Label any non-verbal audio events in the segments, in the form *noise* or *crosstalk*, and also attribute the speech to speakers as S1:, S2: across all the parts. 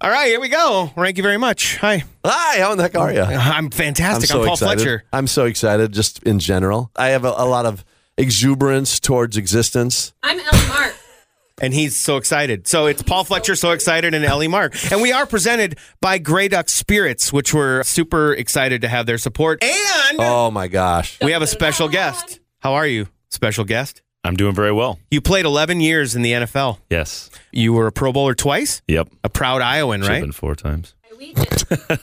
S1: All right, here we go. Thank you very much. Hi. Uh,
S2: Hi, how in the heck are you?
S1: I'm fantastic. I'm, Paul
S2: excited.
S1: Fletcher.
S2: I'm so excited, just in general. I have a, a lot of exuberance towards existence.
S3: I'm Ellie Mark.
S1: And he's so excited. So it's Paul Fletcher, so excited, and Ellie Mark. And we are presented by Grey Duck Spirits, which we're super excited to have their support. And
S2: Oh my gosh.
S1: we have a special guest. How are you, special guest?
S4: I'm doing very well.
S1: You played 11 years in the NFL.
S4: Yes.
S1: You were a Pro Bowler twice,
S4: Yep.
S1: a proud Iowan,
S4: Should have
S1: right?
S4: been four times.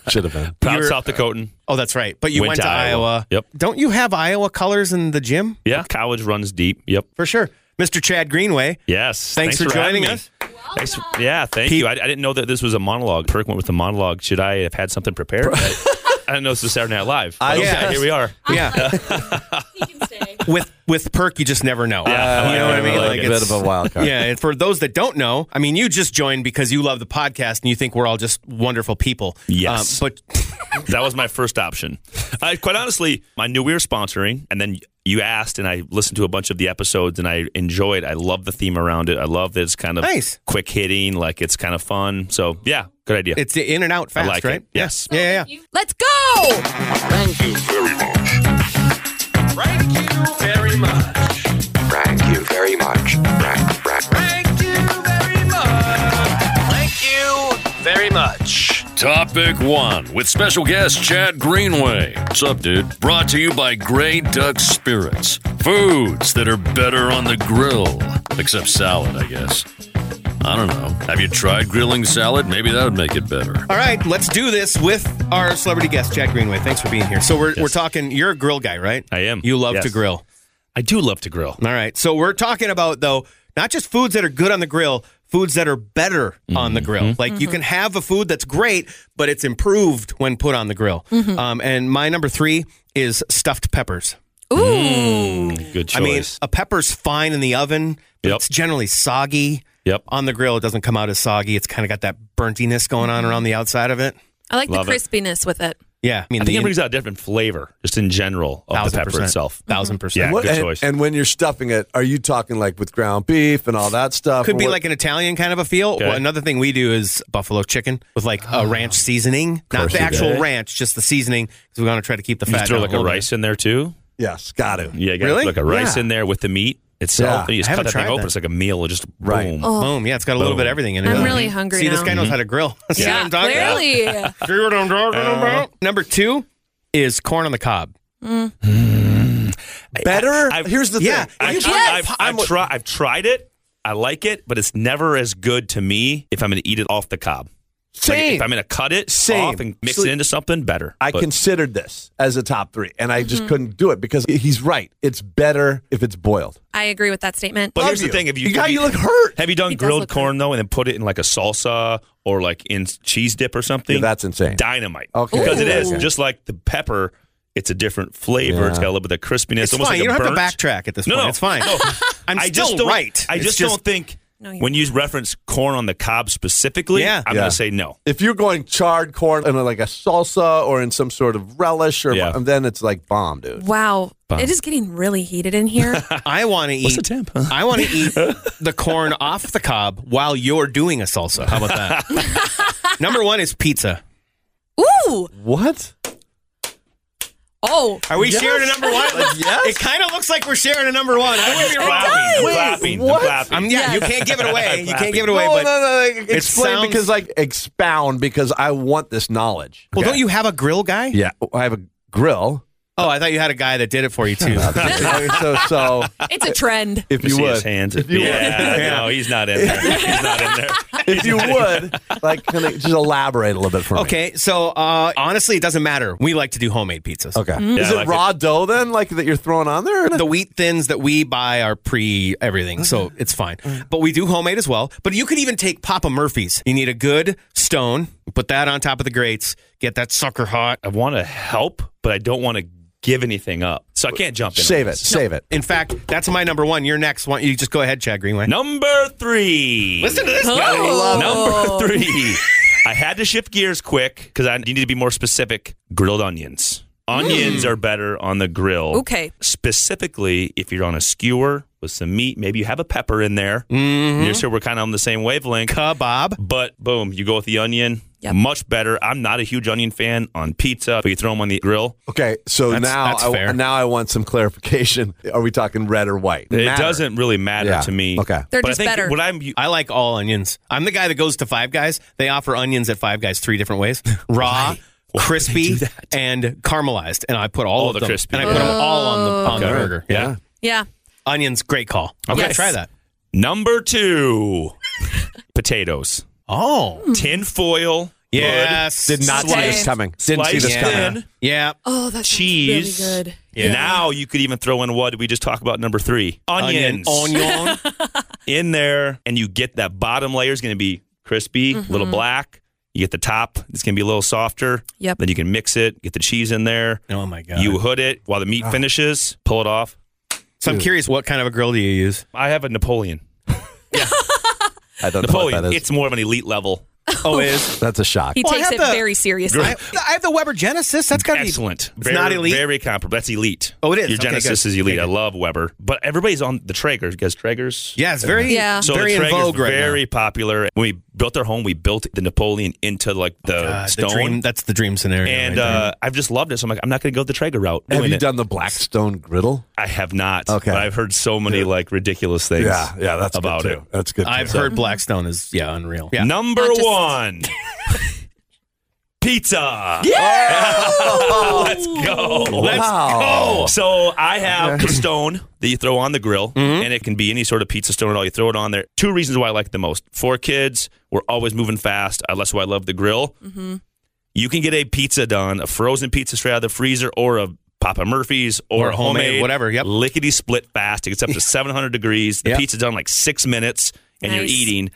S2: Should have been.
S4: Proud
S1: You're-
S4: South Dakotan.
S1: Oh, that's right. But you went, to, Iowa.
S4: Yep.
S1: Don't you have Iowa colors in the gym?
S4: Yeah. College runs deep. Yep.
S1: For sure. Mr. Chad Greenway.
S4: Yes.
S1: Thanks, for, joining
S4: having me.
S1: us.
S4: Thanks for- yeah. Thank you. I, I didn't know that this was a monologue. Perk went with the monologue. Should I have had something prepared? I, I didn't know this was Saturday Night Live.
S2: I-
S4: But okay,
S1: Yeah.
S4: Here we are.
S1: Yeah.
S3: He can stay.
S1: with with Perk, you just never know.
S4: Yeah.
S1: Uh, You know what I mean?
S4: I
S1: Like
S4: like
S2: a bit
S1: it's,
S2: of a wild card.
S1: yeah, and for those that don't know, I mean, you just joined because you love the podcast and you think we're all just wonderful people. Um,
S4: Yes.
S1: but
S4: That was my first option. I, quite honestly, I knew we were sponsoring, and then you asked, and I listened to a bunch of the episodes, and I enjoyed. I love the theme around it. I love that it's kind of
S1: Nice.
S4: quick hitting, like it's kind of fun. So yeah, good idea.
S1: it's in and out fast,
S4: like it.
S1: right?
S4: Yes.
S1: Yeah, yeah, yeah.
S3: You- Let's go.
S5: Thank you very much.
S6: Thank you very much.
S5: Thank you very much. Thank, thank.
S6: Thank you very much. Thank you very much.
S7: Topic one with special guest Chad Greenway. What's up, dude? Brought to you by Grey Duck Spirits. Foods that are better on the grill. Except salad, I guess. I don't know. Have you tried grilling salad? Maybe that would make it better.
S1: All right, let's do this with our celebrity guest, Chad Greenway. Thanks for being here. So we're, we're talking. You're a grill guy, right?
S4: I am.
S1: You love
S4: Yes.
S1: to grill.
S4: I do love to grill.
S1: All right. So we're talking about though not just foods that are good on the grill, foods that are better on the grill. Like you can have a food that's great, but it's improved when put on the grill. Um, and my number three is stuffed peppers. Mm,
S3: Ooh.
S4: Good choice.
S1: I mean, a pepper's fine in the oven, but
S4: Yep.
S1: it's generally soggy.
S4: Yep.
S1: On the grill, it doesn't come out as soggy. It's kind of got that burntiness going on around the outside of it.
S3: I like
S4: Love
S3: the
S4: it.
S3: crispiness with it.
S1: Yeah, I mean,
S4: I think it
S1: the-
S4: brings out a different flavor, just in general, of the
S1: thousand
S4: pepper
S1: percent.
S4: itself.
S1: 1000 percent.
S4: Yeah.
S2: What-
S4: good
S2: and,
S4: choice.
S2: and when you're stuffing it, are you talking like with ground beef and all that stuff?
S1: Could
S2: or
S1: be
S2: what-
S1: like an Italian kind of a feel.
S4: Okay. Ah.
S1: Well, another thing we do is buffalo chicken with like a ranch seasoning, not
S4: course
S1: the
S4: you
S1: actual
S4: do.
S1: ranch, just the seasoning because we want to try to keep the
S4: You
S1: fat.
S4: just throw
S1: down
S4: like a
S1: little bit.
S4: rice in there too.
S2: Yes, got to.
S4: Yeah, you got
S1: Really?
S4: like a rice
S1: Yeah.
S4: in there with the meat itself.
S2: Yeah.
S4: And you just
S1: I
S4: cut
S1: haven't
S4: that thing
S1: tried
S4: open.
S1: that. Oh,
S4: It's like a meal. It just
S2: Right.
S4: boom.
S1: Boom! Yeah, it's got a little
S4: Boom.
S1: bit of everything in it.
S3: I'm
S1: Yeah.
S3: really hungry
S1: See, this
S3: now.
S1: guy knows how to grill. *laughs* See what I'm talking about?
S3: clearly.
S4: *laughs*
S1: See what I'm talking
S4: Uh-huh.
S1: about? Number two is corn on the cob.
S2: Better?
S4: I've-
S2: Here's the
S1: Yeah.
S2: thing.
S4: I,
S1: Yes.
S4: have
S1: I'm-
S4: I've tried it. I like it, but it's never as good to me if I'm going to eat it off the cob. Like,
S2: Same.
S4: if I'm going to cut it
S2: Same.
S4: off and mix
S2: So-
S4: it into something better.
S2: I
S4: But
S2: considered this as a top three, and I
S1: Mm-hmm.
S2: just couldn't do it because he's right. It's better if it's boiled.
S3: I agree with that statement.
S4: But
S2: Love
S4: here's the thing: if you,
S2: God,
S4: if
S2: you look hurt.
S4: have you done
S3: He does
S4: grilled
S3: look
S4: corn though, and then put it in like a salsa or like in cheese dip or something?
S2: Yeah, that's insane.
S4: Dynamite.
S2: Okay.
S4: because it
S2: Ooh.
S4: is just like the pepper. It's a different flavor. It's
S2: Yeah.
S4: got a little bit of crispiness.
S1: It's
S4: almost
S1: fine.
S4: like
S1: you
S4: a
S1: don't
S4: burnt.
S1: have to backtrack at this
S4: No,
S1: point.
S4: no.
S1: It's fine.
S4: No.
S1: *laughs* I'm
S4: I
S1: still
S4: just don't,
S1: right.
S4: I
S1: It's
S4: just, don't think
S3: No, you're
S4: when you reference corn on the cob specifically,
S1: Yeah.
S4: I'm
S2: Yeah.
S4: going to say no.
S2: If you're going charred corn in like a salsa or in some sort of relish, or
S4: Yeah.
S2: and then it's like bomb, dude.
S3: wow. It is getting really heated
S4: *laughs*
S3: in here.
S1: I want to eat.
S4: the temp?
S1: I want to eat the corn off the cob while you're doing a salsa. How about that? *laughs* Number one is pizza.
S3: Ooh.
S2: What?
S3: Oh.
S1: Are we sharing a number one?
S2: *laughs* yes.
S1: It kind of looks like we're sharing a number one. I would be wrong.
S4: Clapping, clapping,
S2: What?
S4: clapping.
S1: Um, yeah, you
S3: Yes.
S1: can't give it away. You can't give it
S2: No,
S1: away.
S2: no,
S1: but
S2: no, like, Explain
S1: sounds-
S2: because like expound because I want this knowledge.
S1: well, don't you have a grill guy?
S2: Yeah, Oh, I have a
S1: *laughs*
S2: grill.
S1: Oh, I thought you had a guy that did it for you too.
S2: so, so
S4: *laughs*
S3: It's a trend.
S2: if
S4: Let me
S2: you
S4: see
S2: would,
S4: his hands.
S2: you *laughs*
S4: yeah,
S1: would.
S4: no, he's not in there. He's not in there.
S2: if you would, like, can I just elaborate a little bit for me?
S1: okay, so uh, honestly, it doesn't matter. We like to do homemade pizzas.
S2: Okay. Is
S4: Yeah,
S2: it
S4: like
S2: raw dough then, like that you're throwing on there?
S1: *laughs* The wheat thins that we buy are pre everything, so it's fine. But we do homemade as well. But you could even take Papa Murphy's. You need a good stone, put that on top of the grates, get that sucker hot.
S4: I want to help, but I don't want to give anything up. So I can't jump in. on
S2: Save it.
S4: this.
S2: Save it.
S1: In fact, that's my number one. Your next one. You just go ahead, Chad Greenway. Oh.
S4: Number three.
S1: Listen to this guy.
S3: Oh.
S4: Number three. I had to shift gears quick because I need to be more specific. Grilled onions. Onions are better on the grill.
S3: Hmm. Okay.
S4: Specifically, if you're on a skewer with some meat. Maybe you have a pepper in there. Mm-hmm. You're sure we're kind of on the same wavelength.
S1: Kebab.
S4: But boom, you go with the onion.
S3: Yep.
S4: Much better. I'm not a huge onion fan on pizza, but you throw them on the grill.
S2: Okay, so
S1: That's-
S2: now
S1: that's
S2: I,
S1: fair.
S2: now I want some clarification. Are we talking red or white?
S4: It
S2: Matter.
S4: doesn't really matter
S2: Yeah.
S4: to me.
S2: Okay.
S3: They're
S4: but
S3: just
S4: I think
S3: better.
S4: What I'm
S1: I like all onions. I'm the guy that goes to Five Guys. They offer onions at Five Guys three different ways: raw, crispy, and caramelized. And I put all,
S4: All
S1: of
S4: the
S1: them,
S4: crispy.
S1: and I put them all on the on the
S4: Okay.
S1: burger. Yeah.
S4: yeah.
S3: Yeah.
S1: onions, great call. I'm
S4: Okay.
S1: gonna try that.
S4: Number
S3: *laughs*
S4: two, potatoes.
S1: Oh,
S4: Tin foil.
S1: yes,
S2: Did not see
S3: Sliced-
S2: this coming. Didn't see
S4: sliced
S2: this coming.
S4: thin,
S1: Yeah,
S3: Oh, that's
S4: cheese.
S3: really good.
S1: Yeah.
S4: Now you could even throw in what did we just talk about? Number three, onions
S1: onion, onion.
S4: in there, and you get that bottom layer is going to be crispy, a little black. You get the top; it's going to be a little softer.
S3: Yep.
S4: Then you can mix it. Get the cheese in there.
S1: *laughs* oh my god.
S4: You hood it while the meat
S1: Ah.
S4: finishes. Pull it off.
S1: so I'm curious, what kind of a grill do you
S4: *laughs*
S1: use?
S4: I have a Napoleon.
S2: I don't know
S4: Napoleon.
S2: what that is.
S4: It's more of an elite level.
S1: Oh, it is.
S2: That's a shock.
S3: He
S1: Well, I
S3: takes
S1: have
S3: it
S1: the-
S3: very seriously.
S1: I, I have the Weber Genesis. That's got to be
S4: Excellent.
S1: It's
S4: very,
S1: not elite?
S4: Very comparable. That's elite.
S1: Oh, it is.
S4: Your
S1: Okay,
S4: Genesis
S1: good.
S4: is elite.
S1: Okay,
S4: I love Weber, but everybody's on the Traeger because Traegers.
S1: Yeah, it's very
S3: Yeah.
S4: So
S1: very
S4: the
S1: in
S4: Traeger's
S1: vogue right
S4: very
S1: now.
S4: popular. When we built our home, we built the Napoleon into like the
S1: Uh, the
S4: stone.
S1: dream, that's the dream scenario.
S4: and
S1: right there.
S4: uh, I've just loved it. So I'm like, I'm not going to go the Traeger route.
S2: Have
S4: doing
S2: you
S4: it.
S2: done the Blackstone griddle?
S4: I have not.
S2: Okay.
S4: But I've heard so many like ridiculous things.
S2: Yeah, yeah, that's good,
S4: about
S2: too.
S4: it.
S2: That's good.
S1: I've
S2: too.
S1: heard Blackstone is yeah unreal. Yeah.
S4: Number
S3: Not just-
S4: one, pizza. Let's go. Let's
S2: Wow.
S4: go. So I have the stone that you throw on the grill, and it can be any sort of pizza stone at all. You throw it on there. Two reasons why I like it the most. For kids, we're always moving fast. Uh, That's why I love the grill. You can get a pizza done, a frozen pizza straight out of the freezer, or a Papa Murphy's or,
S1: Or
S4: a
S1: homemade,
S4: homemade,
S1: whatever, yep.
S4: Lickety split fast. It gets up to 700 degrees. The
S1: Yep.
S4: pizza done in, like six minutes, and
S3: Nice.
S4: you're eating.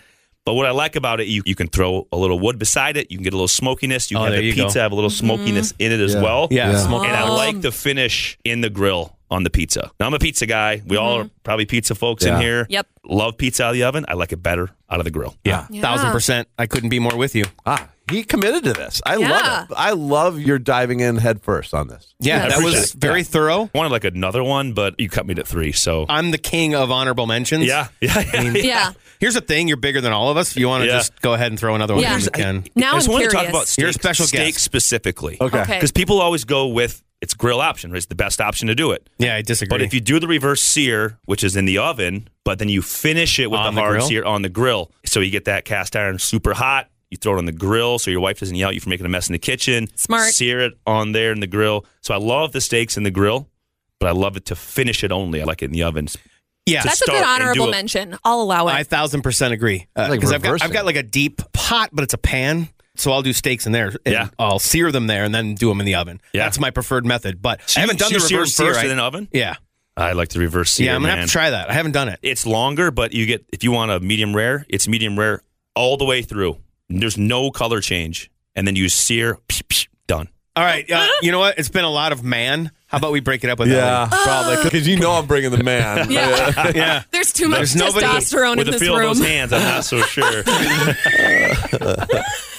S4: But what I like about it, you, you can throw a little wood beside it. You can get a little smokiness. You
S1: Oh,
S4: can have
S1: there
S4: the
S1: you go.
S4: pizza have a little smokiness in it as
S2: Mm-hmm. Yeah.
S4: well.
S1: Yeah,
S2: Yeah.
S1: smoke-
S4: And I like the finish in the grill on the pizza. Now I'm a pizza guy. We all are probably pizza folks
S2: Yeah.
S4: in here.
S3: Mm-hmm. Yep.
S4: Love pizza out of the oven. I like it better out of the grill.
S1: yeah,
S3: Yeah.
S1: thousand percent. I couldn't be more with you.
S2: Ah, he committed to this. I
S3: Yeah.
S2: love it. I love your diving in head first on this.
S1: Yeah,
S3: Yeah.
S1: that
S4: Appreciate
S1: was
S4: it.
S1: very thorough.
S4: Wanted like another one, but you cut me to three. So
S1: I'm the king of honorable mentions.
S4: yeah, *laughs* yeah, yeah.
S3: *laughs* Yeah.
S1: Here's the thing: you're bigger than all of us. If you want to
S4: Yeah.
S1: just go ahead and throw another one,
S3: Yeah.
S1: in, you can.
S3: Now
S4: I just
S3: I'm
S4: wanted
S3: curious.
S4: to talk about steak,
S1: You're a special
S4: steak
S1: guest.
S4: specifically.
S2: Okay.
S3: Okay.
S4: Because people always go with it's grill option. right? It's the best option to do it.
S1: Yeah, I disagree.
S4: But if you do the reverse sear, which is in the oven, but then you finish it with
S1: On
S4: the
S1: the
S4: hard
S1: grill?
S4: sear on the grill, so you get that cast iron super hot. You throw it on the grill so your wife doesn't yell at you for making a mess in the kitchen.
S3: Smart.
S4: Sear it on there in the grill. So I love the steaks in the grill, but I love it to finish it only. I like it in the oven.
S1: yeah,
S3: That's a good
S4: start and
S3: honorable
S4: do a-
S3: mention. I'll allow it.
S1: I thousand percent agree because
S2: Like
S1: I've got
S2: reversing.
S1: I've got like a deep pot, but it's a pan. So I'll do steaks in there. And
S4: Yeah.
S1: I'll sear them there and then do them in the oven.
S4: Yeah.
S1: That's my preferred method. But
S4: So
S1: I
S4: you-
S1: haven't done
S4: so you
S1: the
S4: sear 'em
S1: reverse sear.
S4: first
S1: I-
S4: and then oven?
S1: Yeah,
S4: I like the reverse sear.
S1: yeah. I'm gonna
S4: man.
S1: have to try that. I haven't done it.
S4: It's longer, but you get if you want a medium rare, it's medium rare all the way through. There's no color change, and then you sear. done.
S1: All right.
S3: *laughs*
S1: Uh, you know what? It's been a lot of man. How about we break it up with
S2: Yeah,
S1: Ellie?
S2: probably
S4: Uh.
S2: because you know I'm bringing the man.
S4: *laughs*
S3: *laughs* yeah.
S1: *laughs* Yeah.
S3: There's too much
S1: There's nobody
S3: testosterone
S4: With
S3: in
S4: the
S3: this
S4: feel
S3: room.
S4: of those hands, I'm not
S3: *laughs*
S4: so sure.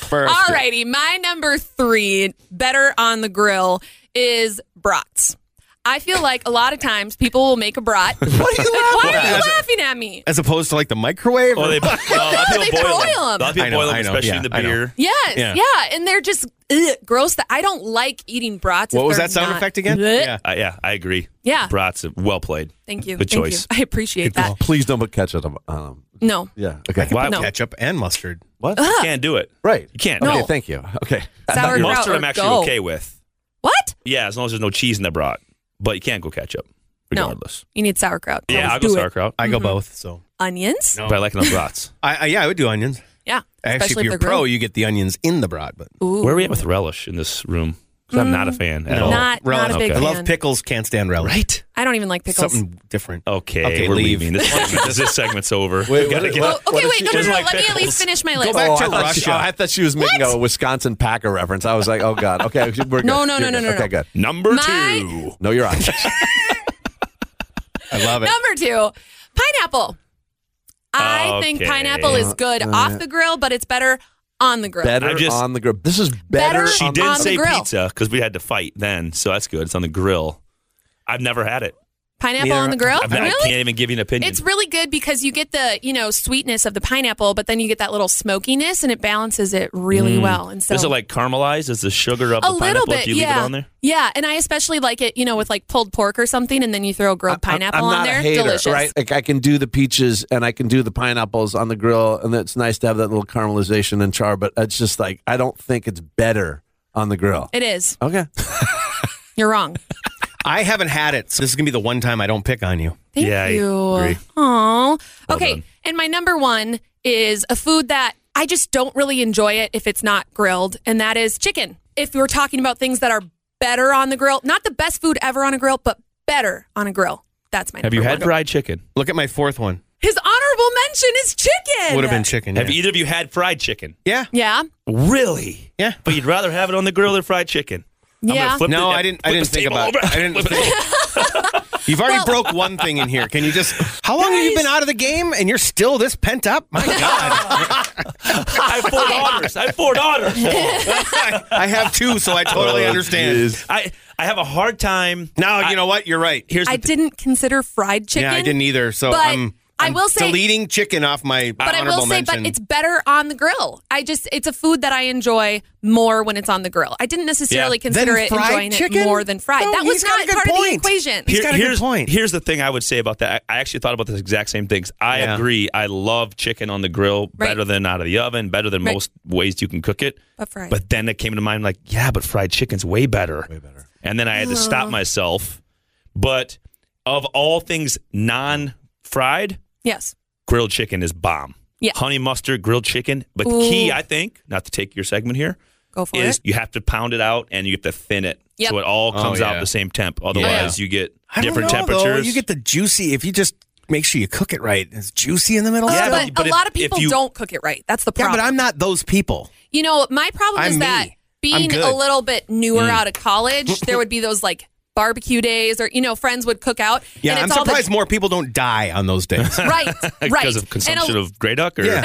S1: First.
S3: All righty. My number three, better on the grill, is brats. I feel like a lot of times people will make a brat. Like,
S2: What are you
S3: Why
S2: laughing
S3: are you
S2: at?
S3: laughing at me?
S1: As opposed to like the microwave.
S4: Well, they, no, a lot of
S3: *laughs* They
S4: people boil
S3: boil
S4: them. A lot
S3: 'em.
S4: of people
S1: I know,
S4: boil them,
S1: I know,
S4: especially
S1: yeah,
S4: in the
S1: I know.
S4: beer.
S3: Yes,
S1: Yeah.
S3: yeah. and they're just ugh, gross. That I don't like eating brats. if
S1: what was
S3: they're
S1: that sound
S3: not-
S1: effect again?
S3: Blech.
S1: Yeah.
S4: Uh, yeah, I agree.
S3: Yeah.
S4: Brats, well played.
S3: Thank you.
S4: Good
S3: Thank
S4: choice.
S3: you. I appreciate that.
S2: Please don't put ketchup on. Um,
S3: No,
S2: yeah. Okay.
S4: Why
S3: No.
S1: Ketchup and mustard.
S2: What?
S4: you can't do it?
S2: Right.
S4: You can't.
S2: Okay.
S3: No.
S2: Thank you. Okay.
S3: Sour- Figure out
S4: Mustard,
S3: or
S4: I'm actually
S3: go.
S4: okay with.
S3: what?
S4: Yeah, as long as there's no cheese in the brat. But you can't go ketchup, regardless.
S3: You need sauerkraut.
S4: Yeah,
S3: Always
S4: I'll go
S3: do it.
S4: sauerkraut.
S1: I go
S3: Mm-hmm.
S1: both. So
S3: Onions.
S4: But I like it on
S3: *laughs*
S4: brats.
S1: I, I yeah, I would do onions.
S3: Yeah,
S1: Actually, if
S3: especially
S1: you're
S3: if they're
S1: pro,
S3: grilled.
S1: you get the onions in the brat. But
S3: Ooh.
S4: Where are we at with relish in this room? Because I'm not a fan at all.
S3: Mm. Not, not a
S1: Relish.
S3: big
S1: I
S3: fan.
S1: love pickles. Can't stand relish.
S4: right? Oh,
S3: I don't even like pickles.
S1: Something different.
S4: Okay,
S1: Okay,
S4: we're
S1: leave.
S4: leaving.
S1: *laughs*
S4: This, this segment's over.
S2: Wait,
S4: We gotta
S2: what-
S4: *laughs* get-
S3: Oh,
S2: What if
S3: okay, wait,
S2: she
S3: no, no,
S4: doesn't
S3: no.
S4: like
S3: Let me at
S4: pickles?
S3: least finish my list.
S1: back
S2: oh,
S1: to
S2: I thought She,
S1: Russia.
S2: oh, I thought she was making a Wisconsin Packer reference. I was like, oh god. Okay. We're good.
S3: No, no,
S2: You're
S3: no, no,
S2: good.
S3: no, no.
S2: Okay. Good.
S4: Number
S3: My-
S4: two.
S2: No,
S4: *laughs*
S2: you're on.
S1: I love it.
S3: Number two, pineapple. I think
S4: Oh, Okay.
S3: pineapple is good off the grill, but it's better on the grill.
S2: Uh, better
S4: I've just-
S2: on the grill. This is better.
S3: Better-
S4: She
S2: on
S4: did
S3: Um, on the
S4: say
S3: grill.
S4: pizza because we had to fight then, so that's good. It's on the grill. I've never had it.
S3: Pineapple
S1: Neither-
S3: on the grill?
S4: I, mean, I
S3: really?
S4: can't even give you an opinion.
S3: It's really good because you get the you know sweetness of the pineapple, but then you get that little smokiness, and it balances it
S4: Mm.
S3: really well. And so
S4: Does it like caramelized? Is the sugar of
S3: a
S4: the
S3: little
S4: pineapple
S3: bit,
S4: if you
S3: yeah,
S4: leave it on there?
S3: yeah. And I especially like it, you know, with like pulled pork or something, and then you throw a grilled pineapple
S2: I'm, I'm not
S3: on there.
S2: A hater,
S3: Delicious.
S2: right? Like I can do the peaches and I can do the pineapples on the grill, and it's nice to have that little caramelization and char. But it's just like I don't think it's better on the grill.
S3: It is.
S2: Okay,
S3: You're wrong.
S1: I haven't had it, so this is gonna be the one time I don't pick on you.
S3: Thank
S4: Yeah, I
S3: you.
S4: agree.
S3: Aw. okay. and my number one is a food that I just don't really enjoy it if it's not grilled, and that is chicken. If we're talking about things that are better on the grill, not the best food ever on a grill, but better on a grill. That's my
S4: Have
S3: number
S4: you
S3: one.
S4: had fried chicken?
S1: Look at my fourth one.
S3: His honorable mention is chicken.
S1: Would have been chicken.
S4: Have
S1: yeah.
S4: either of you had fried chicken?
S1: Yeah,
S3: Yeah.
S4: Really?
S1: yeah.
S4: But you'd rather have it on the grill than fried chicken? I'm
S3: Yeah.
S4: gonna flip
S1: No,
S4: the-
S1: I didn't. I
S4: flip
S1: didn't
S4: this
S1: think
S4: table
S1: about.
S4: over.
S1: It. I didn't.
S4: Flip it
S1: Think.
S3: *laughs*
S1: You've already
S3: Well-
S1: broke one thing in here. Can you just? How long have you been out of the game and you're still this pent up?
S4: *laughs*
S1: My God,
S4: I have
S1: *laughs*
S4: four daughters. I have four daughters.
S1: I have two, so I totally understand.
S4: I, I have a hard time.
S1: Now
S4: Oh, I-
S1: you know what? You're right.
S4: Here's
S3: I
S4: the thing.
S3: didn't consider fried chicken.
S1: yeah, I didn't either. So
S3: but
S1: I'm.
S3: I
S1: I'm
S3: will say-
S1: deleting chicken off my
S3: But I
S1: honorable
S3: will say,
S1: mention.
S3: but it's better on the grill. I just, it's a food that I enjoy more when it's on the grill. I didn't necessarily
S4: Yeah.
S3: consider
S1: Then
S3: it
S1: fried
S3: enjoying
S1: chicken?
S3: it more than fried.
S1: No,
S3: that was
S1: he's got a
S3: not
S1: good
S3: part of the
S1: point.
S3: equation.
S1: He's got a good
S4: here's,
S1: point.
S4: Here's the thing I would say about that. I, I actually thought about this exact same things. I
S1: Yeah.
S4: agree. I love chicken on the grill
S3: Right.
S4: better than out of the oven, better than
S3: Right.
S4: most ways you can cook it.
S3: But fried.
S4: But then it came to mind like, yeah, but fried chicken's way better. Way better. And then I had to stop myself. But of all things non-fried,
S3: yes.
S4: grilled chicken is bomb.
S3: Yeah.
S4: Honey mustard grilled chicken. But the
S3: Ooh.
S4: key, I think, not to take your segment here,
S3: Go for
S4: is
S3: it.
S4: you have to pound it out and you have to thin it.
S3: Yep.
S4: So it all
S1: Oh,
S4: comes out
S1: yeah.
S4: the same temp. Otherwise, you get
S1: I don't
S4: different
S1: know, though.
S4: temperatures.
S1: You get the juicy if you just make sure you cook it right. It's juicy in the middle.
S4: Yeah,
S3: Uh,
S1: still.
S3: but,
S4: but- but
S3: a
S4: if-
S3: lot of
S4: if
S3: people
S4: you-
S3: don't cook it right. That's the
S1: yeah,
S3: problem.
S1: but I'm not those people.
S3: You know, my problem
S1: I'm
S3: is that
S1: me. I'm
S3: being
S1: good. Mm.
S3: a little bit newer out
S1: *laughs*
S3: of college, there would be those like barbecue days or, you know, friends would cook out.
S1: Yeah,
S3: and
S1: I'm
S3: it's all the-
S1: surprised more people don't die on those
S4: *laughs*
S1: days. *laughs*
S3: *laughs* Right, right.
S4: *laughs* because of
S3: And a-
S4: consumption of gray duck or
S1: yeah.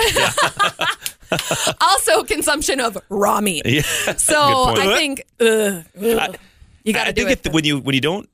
S3: also consumption of raw meat.
S4: *laughs* Yeah.
S3: So
S4: Good point.
S3: I think ugh, ugh.
S4: I-
S3: you got
S4: I
S3: to do
S4: think
S3: it.
S4: if when you when you don't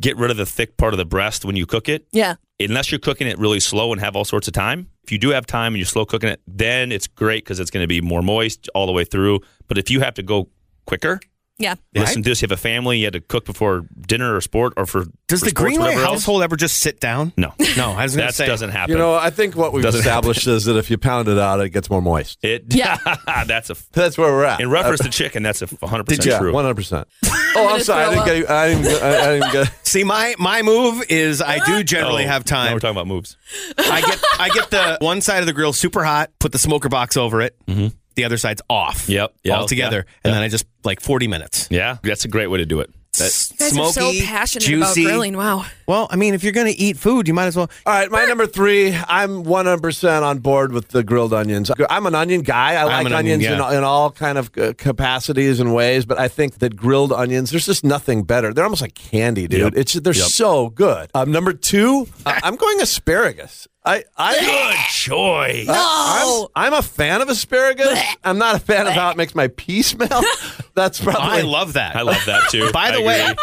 S4: get rid of the thick part of the breast when you cook it,
S3: yeah,
S4: unless you're cooking it really slow and have all sorts of time. If you do have time and you're slow cooking it, then it's great because it's going to be more moist all the way through. But if you have to go quicker,
S3: yeah.
S4: listen to this. You have a family, you had to cook before dinner or sport or for
S1: Does
S4: for
S1: the
S4: sports,
S1: Greenway
S4: whatever else.
S1: household ever just sit down?
S4: No,
S1: No, I was going to
S4: that
S1: say.
S4: doesn't happen.
S2: you know I think what we've
S4: Doesn't
S2: established is that if you pound it out, it gets more moist.
S4: it.
S3: Yeah.
S4: *laughs* that's a.
S2: That's where we're at.
S4: In reference to chicken, that's a 100
S2: Did
S4: percent
S2: you?
S4: true.
S2: One hundred
S3: *laughs*
S2: percent. Oh, I'm
S3: gonna
S2: sorry. I
S3: throw
S2: didn't get. I didn't. get- I, I didn't get.
S1: See, my my move is I
S3: *laughs*
S1: do
S4: Oh,
S1: generally have
S4: Now
S1: time.
S4: we're talking about moves.
S1: I get I get
S4: *laughs*
S1: the one side of the grill super hot, put the smoker box over it. Mm-hmm. The other side's off.
S4: Yep, yeah,
S1: all together,
S4: yeah,
S1: and
S4: yeah.
S1: then I just like 40 minutes.
S4: Yeah, that's a great way to do it. That-
S3: You guys are so passionate about
S1: juicy.
S3: grilling. Wow.
S1: Well, I mean, if you're going to eat food, you might as well.
S2: All right, my number three. I'm 100% on board with the grilled onions. I'm an onion guy. I like
S1: an onion,
S2: onions
S1: yeah.
S2: in, in all kind of uh, capacities and ways, but I think that grilled onions, there's just nothing better. They're almost like candy, dude.
S4: Yep.
S2: It's they're
S4: Yep.
S2: so good. Um, number two, uh, I'm going asparagus. I I.
S4: Good choice.
S2: I'm, I'm a fan of asparagus. I'm not a fan of how it makes my pee smell. *laughs* That's
S1: I
S2: probably
S1: love that.
S4: I love that too.
S1: By the
S4: I
S1: way,
S4: agree.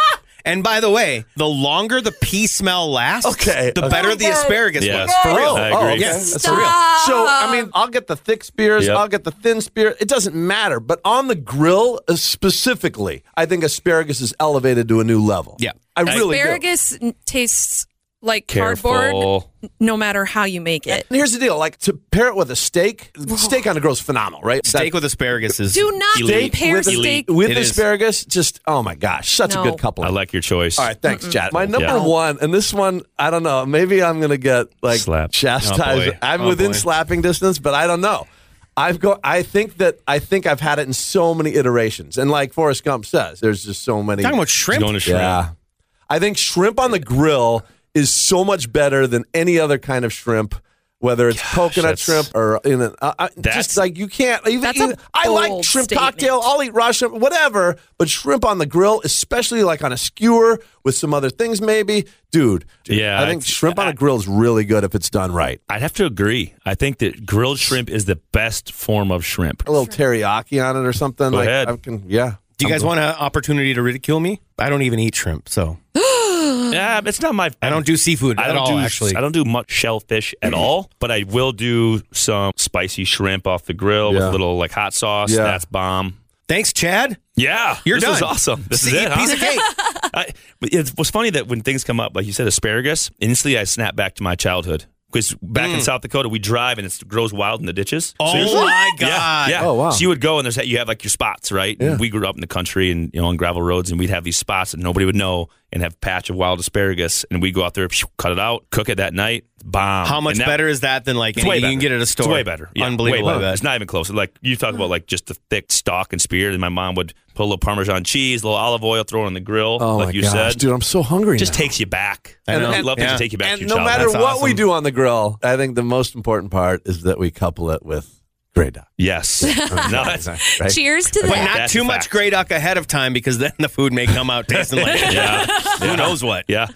S1: and by the way, the longer the pea smell lasts,
S2: Okay,
S1: the
S2: okay.
S1: better the asparagus
S4: Yeah.
S1: was. For real.
S2: Oh,
S4: I
S2: oh,
S4: agree.
S2: okay.
S1: Yes.
S2: That's for real.
S3: Stop.
S2: So, I mean, I'll get the thick spears,
S4: Yep.
S2: I'll get the thin spear. It doesn't matter. But on the grill uh, specifically, I think asparagus is elevated to a new level.
S1: Yeah.
S2: I really do.
S3: Asparagus n- tastes like
S4: careful.
S3: cardboard, no matter how you make it.
S2: And here's the deal like to pair it with a steak, steak on the grill is phenomenal, right?
S1: Steak with asparagus is
S3: Do not
S4: Elite.
S3: compare
S2: with,
S3: steak.
S2: with
S1: It is.
S2: asparagus, just, oh my gosh, such
S3: No.
S2: a good couple.
S4: I like your choice.
S2: All right, thanks, Chad. My number
S4: Yeah.
S2: one, and this one, I don't know. Maybe I'm gonna get like
S4: Slapped.
S2: chastised.
S1: Oh, boy.
S2: I'm
S1: Oh,
S2: within
S1: boy.
S2: slapping distance, but I don't know. I've go. I think that I think I've had it in so many iterations, and like Forrest Gump says, there's just so many.
S1: talking about shrimp.
S4: Going to shrimp.
S2: Yeah, I think shrimp on the grill is so much better than any other kind of shrimp. Whether it's coconut
S4: that's-
S2: shrimp or in an, uh, uh,
S4: That's-
S2: just like you can't even.
S3: That's a
S2: even I like
S3: bold
S2: shrimp
S3: statement.
S2: cocktail. I'll eat raw shrimp, whatever. But shrimp on the grill, especially like on a skewer with some other things, maybe, dude. dude,
S4: Yeah,
S2: I think
S4: it's-
S2: shrimp on
S4: I-
S2: a grill is really good if it's done right.
S4: I'd have to agree. I think that grilled shrimp is the best form of shrimp.
S2: A little teriyaki on it or something.
S4: Go
S2: like
S4: ahead.
S2: I can, yeah.
S1: Do you guys want an opportunity to ridicule me? I don't even eat shrimp, so
S4: Yeah, it's not my.
S1: I don't do seafood
S4: *laughs* I
S1: at
S4: don't
S1: all.
S4: do
S1: actually,
S4: I don't do much shellfish
S2: *clears throat*
S4: at all, but I will do some spicy shrimp off the grill with
S2: Yeah.
S4: a little like hot sauce.
S2: Yeah.
S4: That's bomb.
S1: Thanks, Chad.
S4: Yeah,
S1: You're
S4: this
S1: done.
S4: was awesome. This
S1: See,
S4: is it. huh?
S1: Piece of
S3: *laughs*
S1: cake.
S4: I, but it was funny that when things come up, like you said, asparagus, instantly I snap back to my childhood. Because back in South Dakota, we drive and it grows wild in the ditches.
S1: Mm. Oh
S4: you're-
S1: my
S4: Yeah,
S1: God.
S4: Yeah,
S2: Oh, wow.
S4: So you would go and there's that you have like your spots, right? And
S2: Yeah.
S4: We grew up in the country and you know on gravel roads, and we'd have these spots that nobody would know, and have patch of wild asparagus, and we'd go out there, phew, cut it out, cook it that night, bomb.
S1: How much
S4: And that-
S1: better is that than like
S4: It's way
S1: anything you can get
S4: better.
S1: at a store?
S4: It's way better. Yeah,
S1: Unbelievable.
S4: Way better.
S1: I bet.
S4: It's not even close. Like you talk about like just the thick stock and spear, and my mom would put a little Parmesan cheese, a little olive oil, throw it on the grill,
S2: Oh
S4: like
S2: my
S4: you
S2: gosh,
S4: said.
S2: dude, I'm so hungry.
S4: just
S2: now.
S4: takes you back.
S1: I know.
S4: Love
S1: Yeah.
S4: to take you back to
S2: and
S4: your
S2: no
S4: childhood.
S2: matter
S4: That's
S2: what we
S4: awesome.
S2: do on the grill, I think the most important part is that we couple it with Grey
S4: *laughs*
S2: Duck.
S1: *laughs*
S4: Yes. no, Oh, that's,
S2: Right?
S3: Cheers to
S1: But
S3: that.
S1: not
S4: That's
S1: too
S4: a
S1: much
S4: fact.
S1: gray duck ahead of time because then the food may come out tasting
S4: *laughs*
S1: like
S4: yeah.
S1: who knows what.
S4: Yeah.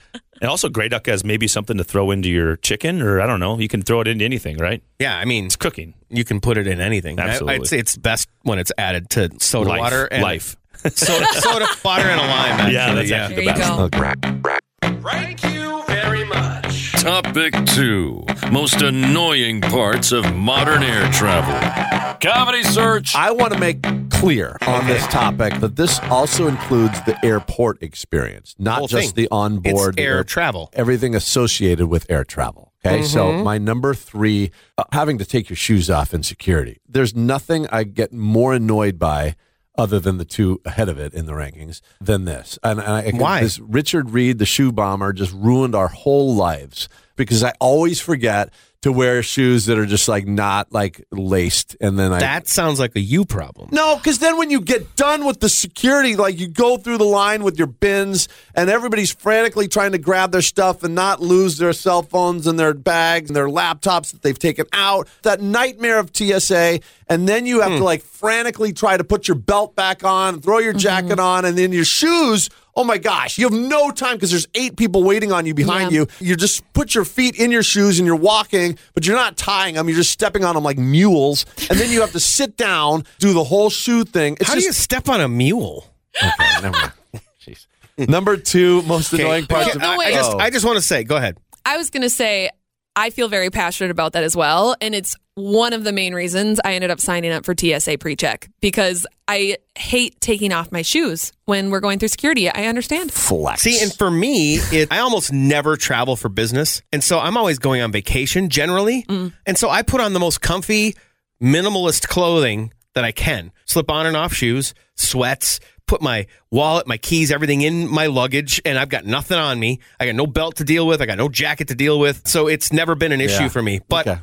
S4: And also, Grey Duck has maybe something to throw into your chicken, or I don't know. You can throw it into anything, right?
S1: Yeah, I mean,
S4: It's cooking.
S1: you can put it in anything. I-
S4: Absolutely.
S1: I'd say it's best when it's added to soda
S4: life.
S1: water and
S4: life.
S1: *laughs* Soda, soda water and a lime. Actually.
S4: *laughs* Yeah, that's actually
S3: there you go.
S6: Thank you very much.
S7: Topic two Most annoying parts of modern air travel. Comedy search.
S2: I want to make clear on this topic that this also includes the airport experience, not
S1: Whole
S2: just
S1: thing.
S2: the onboard
S1: It's air
S2: air-
S1: travel. Mm-hmm.
S2: everything associated with air travel. Okay, so my number three, uh, having to take your shoes off in security. There's nothing I get more annoyed by other than the two ahead of it in the rankings than this. And, and I,
S1: Why?
S2: This Richard Reed, the shoe bomber, just ruined our whole lives because I always forget to wear shoes that are just like not like laced, and then I
S1: That sounds like a you problem.
S2: no, because then when you get done with the security, like you go through the line with your bins, and everybody's frantically trying to grab their stuff and not lose their cell phones and their bags and their laptops that they've taken out. That nightmare of TSA, and then you have to like frantically try to put your belt back on, throw your jacket on, and then your shoes. Oh my gosh, you have no time because there's eight people waiting on you behind
S3: Yeah.
S2: you. You just put your feet in your shoes and you're walking, but you're not tying them. You're just stepping on them like mules. And then you have to sit down, do the whole shoe thing. It's
S1: How do you
S2: just
S1: step on a mule?
S2: Okay, never mind. Jeez. number two most annoying
S1: Okay,
S2: parts.
S1: I,
S2: of
S1: I just,
S2: Oh.
S1: I just want to say, go ahead.
S3: I was going to say, I feel very passionate about that as well. And it's one of the main reasons I ended up signing up for TSA pre check because I hate taking off my shoes when we're going through security. I understand.
S2: flex.
S1: See, and for me, it, I almost never travel for business. And so I'm always going on vacation generally. And so I put on the most comfy, minimalist clothing that I can slip on and off shoes, sweats, put my wallet, my keys, everything in my luggage. And I've got nothing on me. I got no belt to deal with. I got no jacket to deal with. So it's never been an issue
S2: Yeah.
S1: for me. But
S2: Okay.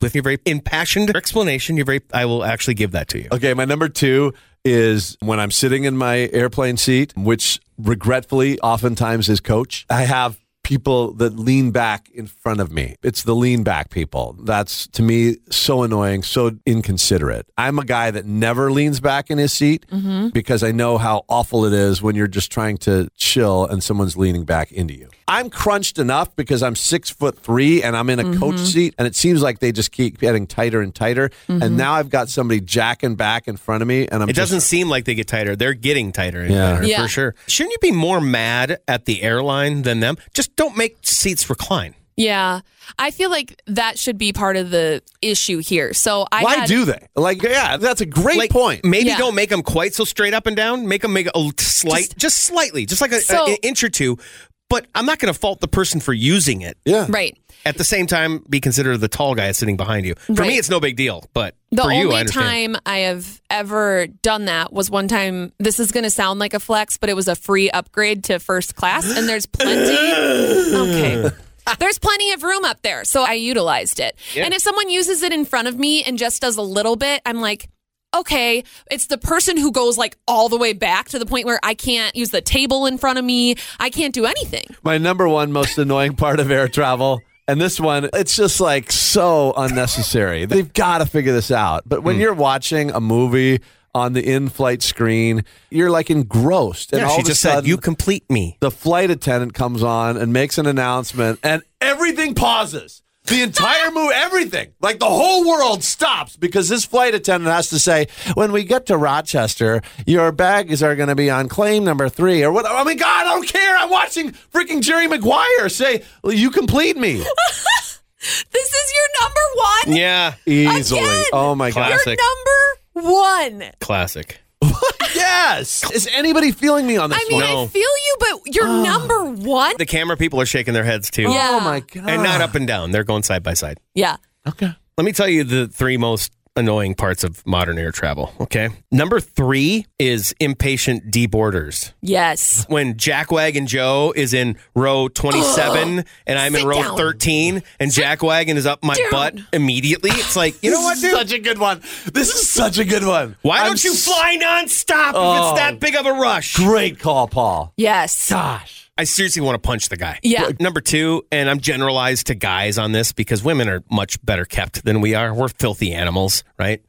S1: with your very impassioned explanation, you're very, I will actually give that to you.
S2: Okay, my number two is when I'm sitting in my airplane seat, which regretfully oftentimes is coach. I have people that lean back in front of me. It's the lean back people. That's to me so annoying, so inconsiderate. I'm a guy that never leans back in his seat
S3: Mm-hmm.
S2: because I know how awful it is when you're just trying to chill and someone's leaning back into you. I'm crunched enough because I'm six foot three and I'm in a coach
S3: Mm-hmm.
S2: seat, and it seems like they just keep getting tighter and tighter. And now I've got somebody jacking back in front of me, and I'm
S1: It
S2: just-
S1: doesn't seem like they get tighter. They're getting tighter and
S2: Yeah.
S1: tighter
S3: Yeah.
S1: for sure. Shouldn't you be more mad at the airline than them? Just don't make seats recline.
S3: Yeah. I feel like that should be part of the issue here. So I
S2: Why
S3: had-
S2: do they? Like, yeah, that's a great
S1: like,
S2: point.
S1: Maybe
S3: Yeah.
S1: don't make them quite so straight up and down. Make them make a l- slight, just,
S3: Just-
S1: slightly, just like a,
S3: So-
S1: a- an inch or two. But I'm not going to fault the person for using it.
S2: Yeah.
S3: Right.
S1: At the same time, be considered the tall guy sitting behind you. For me,
S3: Right.
S1: it's no big deal. But
S3: The
S1: for
S3: only
S1: you, I understand.
S3: time I have ever done that was one time. This is going to sound like a flex, but it was a free upgrade to first class, and there's plenty. okay. There's plenty of room up there, so I utilized it. And if someone uses it in front of me and just does a little bit, I'm like, okay, it's the person who goes like all the way back to the point where I can't use the table in front of me. I can't do anything.
S2: my number one most annoying part of air travel. And this one, it's just like so unnecessary. They've got to figure this out. But
S1: Hmm.
S2: when you're watching a movie on the in flight screen, you're like engrossed. And
S1: Yeah,
S2: all
S1: she
S2: of a
S1: just
S2: sudden,
S1: said, "You complete me."
S2: the flight attendant comes on and makes an announcement, and everything pauses. The entire movie, everything, like the whole world stops because this flight attendant has to say, "When we get to Rochester, your bags are going to be on claim number three or what?" I mean, God, I don't care. I'm watching freaking Jerry Maguire say, well, "You complete
S3: *laughs*
S2: me
S3: This is your number one.
S1: Yeah.
S2: easily."
S3: Again.
S2: Oh my God,
S1: Classic.
S3: Your number one.
S1: Classic.
S2: *laughs* yes. Is anybody feeling me on this
S3: I mean,
S2: one?
S1: No. Ah.
S3: I feel you, but you're number one.
S1: The camera people are shaking their heads too.
S3: Yeah.
S2: Oh my God,
S1: And not up and down. They're going side by side.
S3: Yeah.
S2: Okay.
S1: Let me tell you the three most annoying parts of modern air travel. Okay. Number three is impatient deboarders.
S3: Yes.
S1: When Jackwag and Joe is in row 27 and I'm in
S3: Sit
S1: row
S3: down.
S1: 13 and Jackwagon is up my
S3: down.
S1: butt immediately, it's like, you know what,
S2: This is
S1: dude?
S2: such a good one. This is such a good one.
S1: Why
S2: I'm
S1: don't you
S2: s-
S1: fly nonstop if
S2: Oh.
S1: it's that big of a rush?
S2: Great call, Paul.
S3: Yes.
S2: Gosh.
S1: I seriously want to punch the guy.
S3: Yeah.
S1: Number two, and I'm generalized to guys on this because women are much better kept than we are. We're filthy animals, right?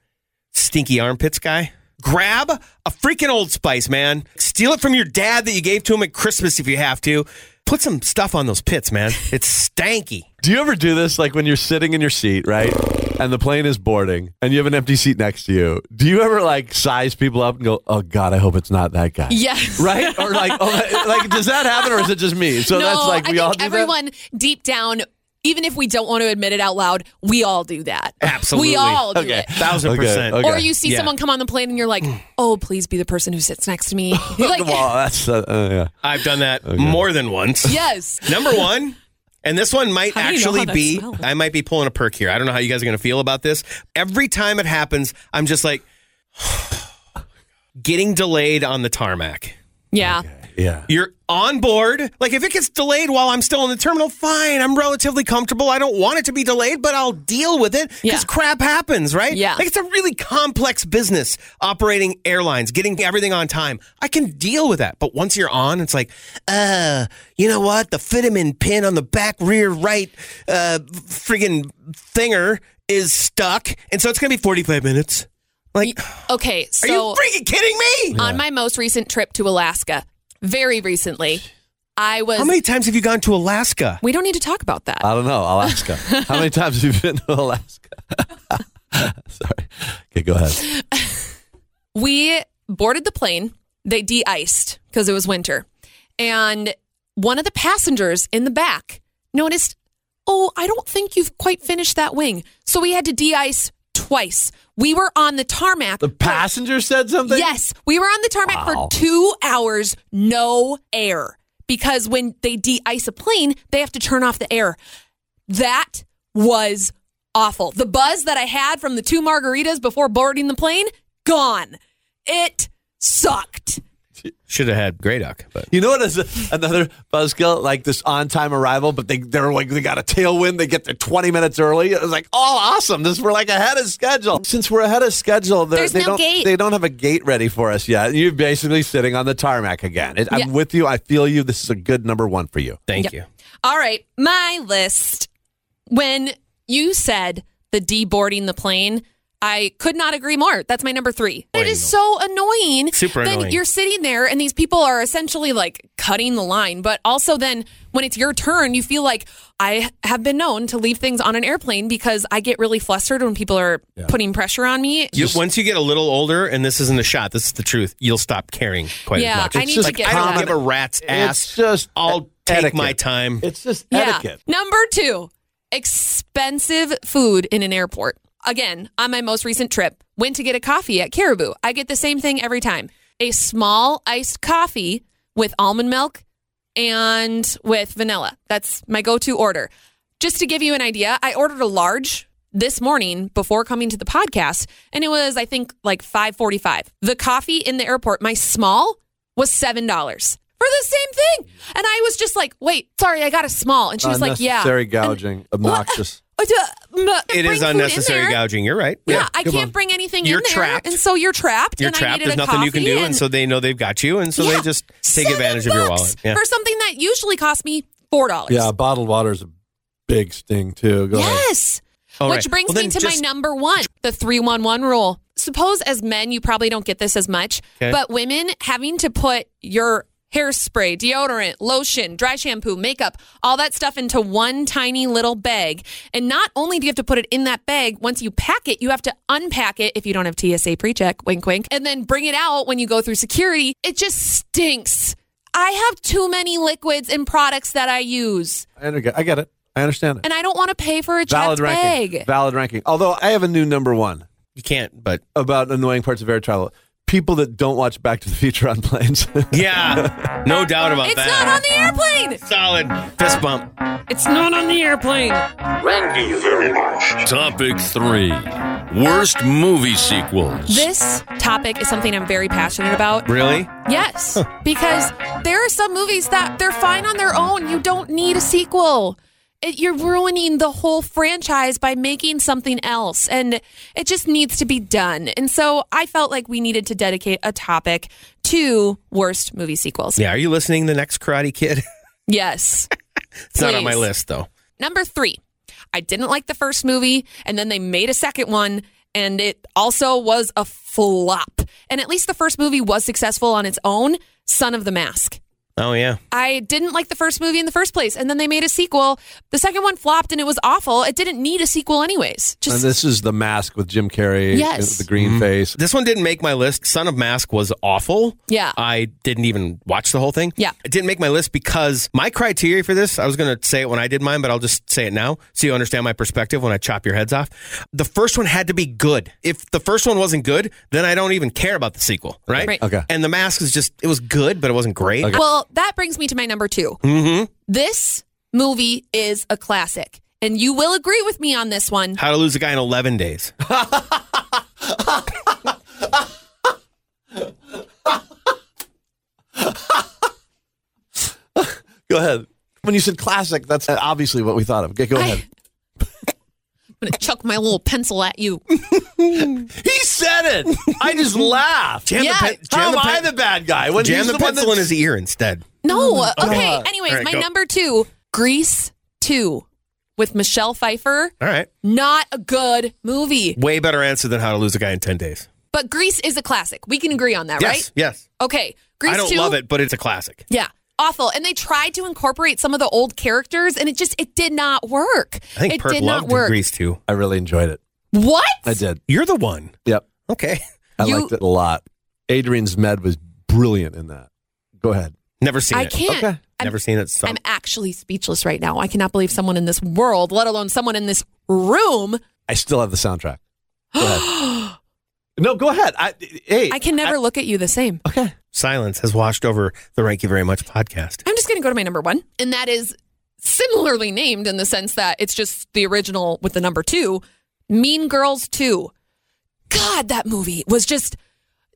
S1: Stinky armpits guy. Grab a freaking Old Spice, man. Steal it from your dad that you gave to him at Christmas if you have to. Put some stuff on those pits, man. It's
S3: *laughs*
S1: stanky.
S2: Do you ever do this? Like when you're sitting in your seat, right? And the plane is boarding and you have an empty seat next to you. Do you ever like size people up and go, oh God, I hope it's not that guy?
S3: Yes.
S2: Right? Or like, oh, *laughs* like, does that happen or is it just me? So
S3: no,
S2: that's like,
S3: I
S2: we
S3: think
S2: all do that.
S3: everyone deep down, even if we don't want to admit it out loud, we all do that.
S1: Absolutely.
S3: We all do
S2: Okay.
S3: it.
S1: Thousand
S2: Okay,
S1: percent.
S2: okay.
S3: Or you see
S1: Yeah. Mm.
S3: someone come on the plane and you're like, oh, please be the person who sits next to me.
S1: *laughs*
S3: You're like,
S2: Well, that's, uh, uh, yeah.
S1: I've done that more than once.
S3: *laughs* yes.
S1: Number one, and this one might
S3: How do you know
S1: actually
S3: how that
S1: be,
S3: smells?
S1: I might be pulling a perk here. I don't know how you guys are going to feel about this. Every time it happens, I'm just like *sighs* getting delayed on the tarmac.
S3: Yeah.
S2: Yeah.
S1: You're on board. Like if it gets delayed while I'm still in the terminal, fine. I'm relatively comfortable. I don't want it to be delayed, but I'll deal with it because
S3: Yeah.
S1: crap happens, right?
S3: Yeah.
S1: Like it's a really complex business operating airlines, getting everything on time. I can deal with that. But once you're on, it's like, uh, you know what? The Fitterman pin on the back rear right uh friggin' thinger is stuck. And so it's gonna be forty five minutes. Like
S3: Okay.
S1: are
S3: So
S1: you freaking kidding me?
S3: on my most recent trip to Alaska, very recently, I was.
S1: How many times have you gone to Alaska?
S3: we don't need to talk about that.
S2: I don't know. Alaska. How many times have you been to Alaska? *laughs* Sorry. Okay, go ahead.
S3: We boarded the plane. They de iced because it was winter. And one of the passengers in the back noticed, oh, I don't think you've quite finished that wing. So we had to de ice twice. We were on the tarmac.
S2: The passenger said something?
S3: Yes, we were on the tarmac
S2: Wow.
S3: for two hours, no air. Because when they de ice a plane, they have to turn off the air. That was awful. The buzz that I had from the two margaritas before boarding the plane, gone. It sucked.
S1: Should have had Grey Duck, but
S2: You know what is a- another buzzkill? Like this on-time arrival, but they they're like they got a tailwind. They get there 20 minutes early. It was like, oh, awesome! This we're like ahead of schedule. Since we're ahead of schedule, they're-
S3: There's
S2: they
S3: no
S2: don't
S3: gate.
S2: they don't have a gate ready for us yet. You're basically sitting on the tarmac again. It,
S3: Yeah.
S2: I'm with you. I feel you. This is a good number one for you.
S1: thank
S3: Yep.
S1: you.
S3: All right, my list. When you said the deboarding the plane, I could not agree more. That's my number three. It is so annoying.
S1: Super
S3: then
S1: annoying.
S3: you're sitting there, and these people are essentially like cutting the line. But also, then when it's your turn, you feel like I have been known to leave things on an airplane because I get really flustered when people are putting pressure on me.
S1: You, once you get a little older, and this isn't a shot, this is the truth. You'll stop caring quite
S3: Yeah,
S1: as much.
S3: I
S1: It's
S3: need
S1: just
S3: to
S1: like,
S3: get
S1: I don't
S3: to
S1: give
S3: that.
S1: a rat's ass.
S2: It's just
S1: I'll take
S2: etiquette.
S1: my time.
S2: It's just etiquette.
S3: Number two, expensive food in an airport. Again, on my most recent trip, went to get a coffee at Caribou. I get the same thing every time a small iced coffee with almond milk and with vanilla. That's my go to order. Just to give you an idea, I ordered a large this morning before coming to the podcast and it was i think like 545 the coffee in the airport my small was seven dollars for the same thing and i was just like wait sorry i got a small and she was like yeah
S2: Unnecessary gouging, obnoxious.
S3: It
S1: It is unnecessary gouging. You're right.
S3: Yeah, I
S2: come
S3: can't
S2: on.
S3: bring anything
S1: You're
S3: in there,
S1: trapped.
S3: and so you're trapped.
S1: You're
S3: and I
S1: trapped.
S3: needed
S1: There's
S3: a
S1: nothing you can
S3: coffee
S1: do, and,
S3: and
S1: so they know they've got you, and so
S3: Yeah,
S1: they just take
S3: seven
S1: advantage of your
S3: bucks
S1: wallet. Yeah.
S3: for something that usually cost me four dollars.
S2: bottled water is a big sting too. Go
S3: Yes.
S1: All
S3: Which
S1: right.
S3: brings
S1: Well,
S3: me
S1: then
S3: to
S1: just-
S3: my number one, the 311 rule. Suppose as men, you probably don't get this as much,
S1: Okay.
S3: but women having to put your hairspray, deodorant, lotion, dry shampoo, makeup, all that stuff into one tiny little bag. And not only do you have to put it in that bag, once you pack it, you have to unpack it if you don't have TSA pre-check, wink wink, and then bring it out when you go through security. It just stinks. I have too many liquids and products that I use,
S2: I get- I get it. I understand it.
S3: and I don't want to pay for a
S2: Valid
S3: child's
S2: ranking.
S3: bag.
S2: Valid ranking. Although I have a new number one
S1: You can't, but *laughs*
S2: about annoying parts of air travel. People that don't watch Back to the Future on planes. *laughs*
S1: yeah, no doubt about
S3: It's
S1: that.
S3: not on the airplane.
S1: Solid fist bump.
S3: It's not on the airplane.
S5: Thank you very much.
S7: Topic three Worst movie sequels.
S3: This topic is something I'm very passionate about.
S1: Really?
S3: Uh, Yes, because there are some movies that they're fine on their own. You don't need a sequel. It, you're ruining the whole franchise by making something else, and it just needs to be done. And so I felt like we needed to dedicate a topic to worst movie sequels.
S1: Yeah. Are you listening? to The next Karate Kid. *laughs*
S3: Yes.
S1: it's not on my
S3: Please.
S1: list though.
S3: Number three, I didn't like the first movie, and then they made a second one, and it also was a flop. And at least the first movie was successful on its own Son of the Mask.
S1: Oh yeah.
S3: I didn't like the first movie in the first place, and then they made a sequel. The second one flopped, and it was awful. It didn't need a sequel, anyways.
S2: and
S3: Just
S2: this is the mask with Jim Carrey.
S3: Yes.
S2: The green
S1: Mm-hmm.
S2: face.
S1: This one didn't make my list. Son of Mask was awful.
S3: Yeah.
S1: I didn't even watch the whole thing.
S3: Yeah.
S1: It didn't make my list because my criteria for this, I was going to say it when I did mine, but I'll just say it now so you understand my perspective when I chop your heads off. The first one had to be good. If the first one wasn't good, then I don't even care about the sequel, right?
S3: Right.
S2: Okay.
S1: And The Mask is just, it was good, but it wasn't great.
S3: well, that brings me to my number 2 Mm-hmm. This movie is a classic, and you will agree with me on this one.
S1: How to Lose a Guy in 11 Days.
S2: Go ahead. When you said classic, that's obviously what we thought of. Okay, go
S3: I-
S2: ahead.
S3: *laughs* I'm gonna chuck my little pencil at you.
S2: *laughs* He said it. I just laughed.
S1: Jam
S3: Yeah.
S1: the pen, jam
S2: How
S1: the
S2: am I
S1: pen-
S2: the bad guy? When
S1: jam
S2: he's
S1: the
S2: one
S1: pencil in
S2: that's-
S1: his ear instead.
S3: No. Okay. Anyways,
S1: All right,
S3: my
S1: go.
S3: number two, Grease 2 with Michelle Pfeiffer.
S1: All right.
S3: Not a good movie,
S1: Way better answer than How to Lose a Guy in 10 Days.
S3: but Grease is a classic. We can agree on that,
S1: Yes.
S3: right?
S1: Yes.
S3: Okay. Grease
S1: I don't
S3: 2.
S1: love it, but it's a classic.
S3: Yeah. Awful. And they tried to incorporate some of the old characters and it just it did not work.
S1: I think
S3: it
S1: Perk
S3: did not
S1: loved
S3: work.
S1: Grease too.
S2: I really enjoyed it.
S3: What?
S2: I did.
S1: You're the one.
S2: Yep.
S1: Okay.
S2: I
S3: You-
S2: liked it a lot. Adrian's med was brilliant in that. Go ahead.
S1: Never seen
S3: I
S1: it.
S3: can't.
S2: Okay.
S3: I'm,
S1: Never seen it. So
S3: I'm actually speechless right now. I cannot believe someone in this world, let alone someone in this room.
S2: I still have the soundtrack. Go ahead.
S3: *gasps*
S2: no, go ahead. I, hey,
S3: I can never look at you the same.
S2: okay.
S1: silence has washed over the Rank You Very Much podcast.
S3: I'm just going to go to my number one, and that is similarly named in the sense that it's just the original with the number two Mean Girls 2. God, that movie was just,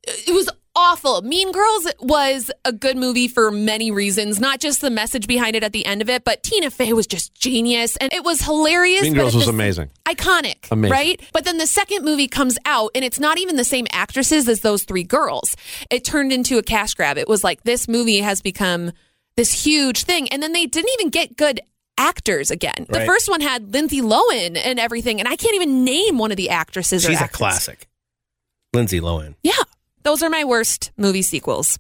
S3: it was awful. Mean Girls was a good movie for many reasons, not just the message behind it at the end of it, but Tina Fey was just genius, and it was hilarious.
S2: Mean
S3: but
S2: Girls
S3: at
S2: was
S3: the-
S2: amazing.
S3: Iconic,
S2: Amazing.
S3: right? But then the second movie comes out, and it's not even the same actresses as those three girls. It turned into a cash grab. It was like this movie has become this huge thing, and then they didn't even get good actors again. The
S1: Right.
S3: first one had Lindsay Lohan and everything, and I can't even name one of the actresses. or
S1: She's a
S3: actors.
S1: classic. Lindsay Lohan.
S3: Yeah, those are my worst movie sequels.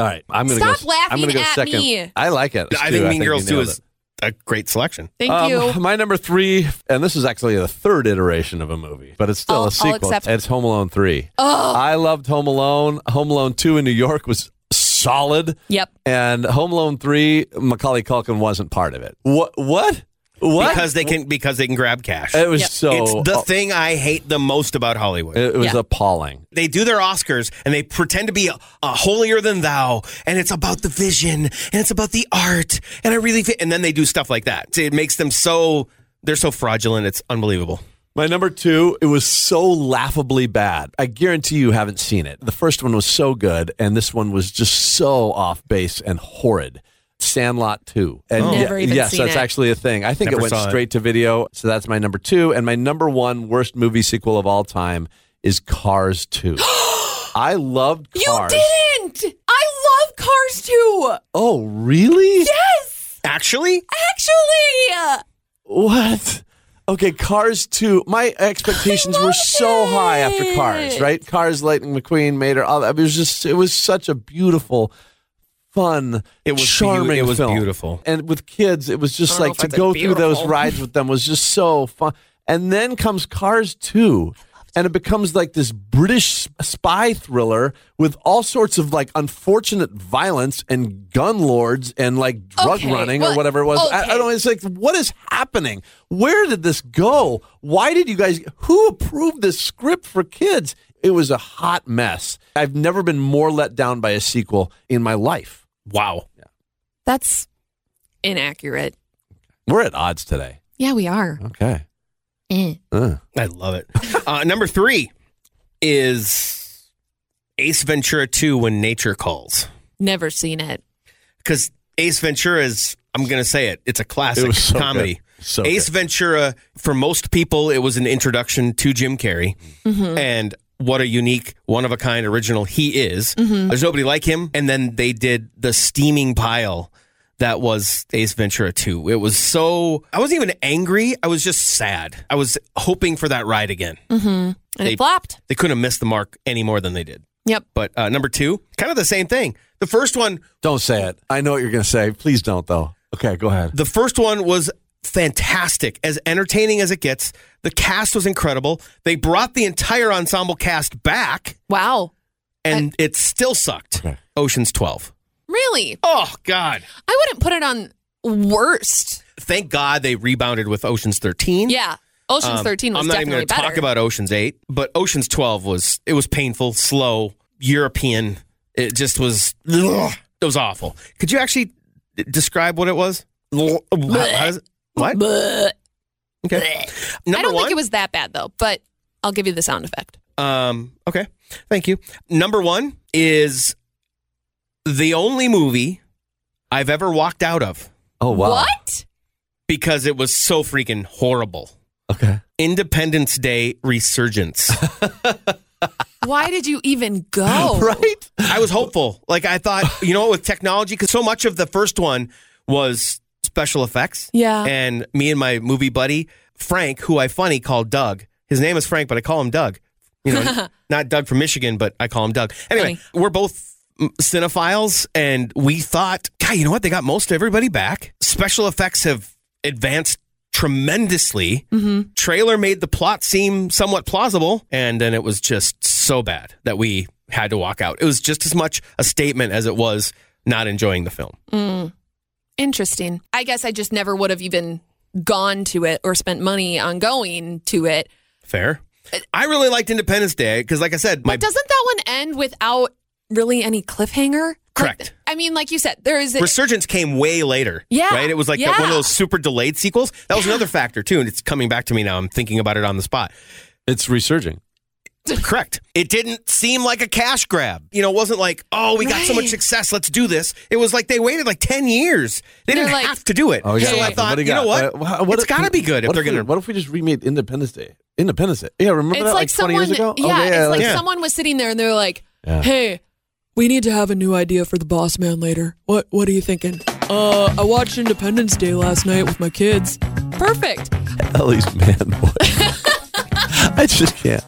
S2: All right. I'm going to
S3: Stop
S2: go,
S3: laughing
S2: I'm gonna go
S3: at
S2: second.
S3: me.
S2: I like it.
S1: I
S2: Stu,
S1: think Mean Girls
S2: you
S1: too
S2: nailed
S1: is
S2: it.
S1: a great selection.
S3: Thank
S2: Um,
S3: you.
S1: *laughs*
S2: My number three, and this is actually the third iteration of a movie, but it's still
S3: I'll- I'll
S2: a sequel.
S3: accept-
S2: It's Home Alone 3. I loved Home Alone. Home Alone 2 in New York was solid.
S3: Yep.
S2: And Home Alone 3, Macaulay Culkin wasn't part of it. What? What? What?
S1: Because they can because they can grab cash.
S2: it was
S3: Yep.
S2: so.
S1: it's the thing I hate the most about Hollywood.
S2: It was
S3: Yeah.
S2: appalling.
S1: they do their Oscars and they pretend to be a, a holier than thou, and it's about the vision and it's about the art, and I really fi- and then they do stuff like that. It makes them so they're so fraudulent. It's unbelievable.
S2: My number two, it was so laughably bad. I guarantee you haven't seen it. The first one was so good, and this one was just so off base and horrid. Sandlot 2. And
S3: Never even
S2: yes,
S3: seen
S2: that's
S3: it.
S2: actually a thing. I think
S1: Never
S2: it went
S1: saw it.
S2: straight to video. So that's my number two. And my number one worst movie sequel of all time is Cars 2. *gasps* I loved
S3: You
S2: Cars.
S3: didn't. I love Cars too.
S2: Oh, really?
S3: Yes,
S1: Actually,
S3: actually.
S2: What? Okay, Cars 2. My expectations
S3: I
S2: were
S3: love
S2: so high after
S3: it.
S2: Cars, right? Cars, Lightning McQueen, Mater. All that. It was just, it was such a beautiful fun,
S1: It was beau-
S2: charming.
S1: it was
S2: film.
S1: beautiful.
S2: and with kids, it was just
S3: don't know
S2: like
S3: if
S2: to
S3: I'd say
S2: go through those
S3: beautiful.
S2: rides with them was just so fun. And then comes Cars Two, and it becomes like this British spy thriller with all sorts of like unfortunate violence and gun lords and like drug
S3: Okay,
S2: running or
S3: well,
S2: whatever it was. I, I
S3: okay.
S2: don't. It's like what is happening? Where did this go? Why did you guys? Who approved this script for kids? It was a hot mess. I've never been more let down by a sequel in my life.
S1: Wow.
S3: That's inaccurate.
S2: We're at odds today.
S3: Yeah, we are.
S2: Okay.
S3: Eh.
S2: Uh.
S1: I love it. *laughs* Uh, number three is Ace Ventura 2 When Nature Calls.
S3: Never seen it.
S1: Because Ace Ventura is, I'm going to say it, it's a classic
S2: It was so
S1: comedy.
S2: good. So
S1: Ace Ventura, for most people, it was an introduction to Jim Carrey. And what a unique, one of a kind original he is. There's nobody like him. And then they did the steaming pile that was Ace Ventura 2. It was so, I wasn't even angry. I was just sad. I was hoping for that ride again.
S3: And
S1: They-
S3: it flopped.
S1: They couldn't have missed the mark any more than they did.
S3: Yep.
S1: But uh, number two, kind of the same thing. The first one,
S2: Don't say it. I know what you're going to say. Please don't, though. Okay, go ahead.
S1: the first one was fantastic, as entertaining as it gets. The cast was incredible. They brought the entire ensemble cast back,
S3: Wow.
S1: and it still sucked.
S2: Okay.
S1: Ocean's Twelve.
S3: Really?
S1: Oh God!
S3: I wouldn't put it on worst.
S1: Thank God they rebounded with Ocean's Thirteen.
S3: Yeah. Ocean's
S1: Um,
S3: 13 was
S1: I'm not even
S3: definitely
S1: gonna
S3: better.
S1: talk about Ocean's Eight, but Ocean's Twelve was it was painful, slow, European. It just was ugh, it was awful. Could you actually d- describe what it was? How- how does it- What?
S3: Bleh.
S1: Okay. Number
S3: I don't
S1: one.
S3: think it was that bad though, but I'll give you the sound effect.
S1: Um, okay. Thank you. Number one is the only movie I've ever walked out of
S2: Oh, wow.
S3: What?
S1: because it was so freaking horrible.
S2: Okay.
S1: Independence Day Resurgence.
S3: Why did you even
S1: *laughs*
S3: go?
S2: *laughs* Right?
S1: I was hopeful. Like I thought, you know, with technology, because so much of the first one was special effects.
S3: Yeah.
S1: And me and my movie buddy Frank, who I funny call Doug. His name is Frank, but I call him Doug. You know, not Doug from Michigan, but I call him Doug. Anyway,
S3: Funny.
S1: we're both mm, cinephiles, and we thought, God, you know what? They got most everybody back. Special effects have advanced tremendously. Trailer made the plot seem somewhat plausible, and then it was just so bad that we had to walk out. It was just as much a statement as it was not enjoying the film.
S3: Interesting. I guess I just never would have even gone to it or spent money on going to it.
S1: Fair. I really liked Independence Day because, like I said, my
S3: But doesn't that one end without really any cliffhanger?
S1: Correct.
S3: Like, I mean, like you said, there is.
S1: Resurgence came way later.
S3: Yeah,
S1: Right? It was like that one of
S3: yeah.
S1: those super delayed sequels. That was another factor, too. And it's coming back to me now. I'm thinking about it on the
S3: *laughs*
S1: spot.
S2: It's resurging.
S1: Correct. It didn't seem like a cash grab. You know, it wasn't like, oh, we got so much
S3: Right.
S1: success. Let's do this. It was like they waited like 10 years. They
S3: They're
S1: didn't
S3: like-
S1: have to do it.
S2: "Oh, yeah.
S1: So I
S2: What
S1: thought,
S2: do
S1: you know
S2: got?
S1: what?
S2: Uh, wha- what
S1: it's
S2: if-
S1: got to be good if
S2: what
S1: they're going
S2: we-
S1: to.
S2: What if we just remade Independence Day? Independence Day. Yeah, remember
S3: it's
S2: that
S3: like,
S2: like, 20
S3: someone.
S2: years ago? Oh,
S3: Yeah,
S2: Okay,
S3: it's like
S1: yeah.
S3: someone was sitting there and they're like, "Hey, we need to have a new idea for the boss man later. What What are you thinking? Uh, I watched Independence Day last night with my kids. Perfect.
S2: Ellie's man boy. *laughs* I just can't.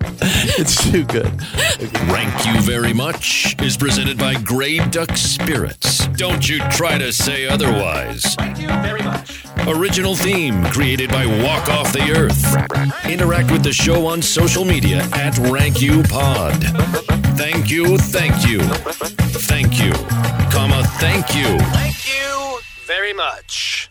S2: It's too good.
S7: Thank you very much is presented by Grey Duck Spirits. Don't you try to say otherwise.
S6: Thank you very much.
S7: Original theme created by Walk Off the Earth. Interact with the show on social media at RankYouPod. Thank you, thank you, thank you, comma, thank you.
S6: Thank you very much.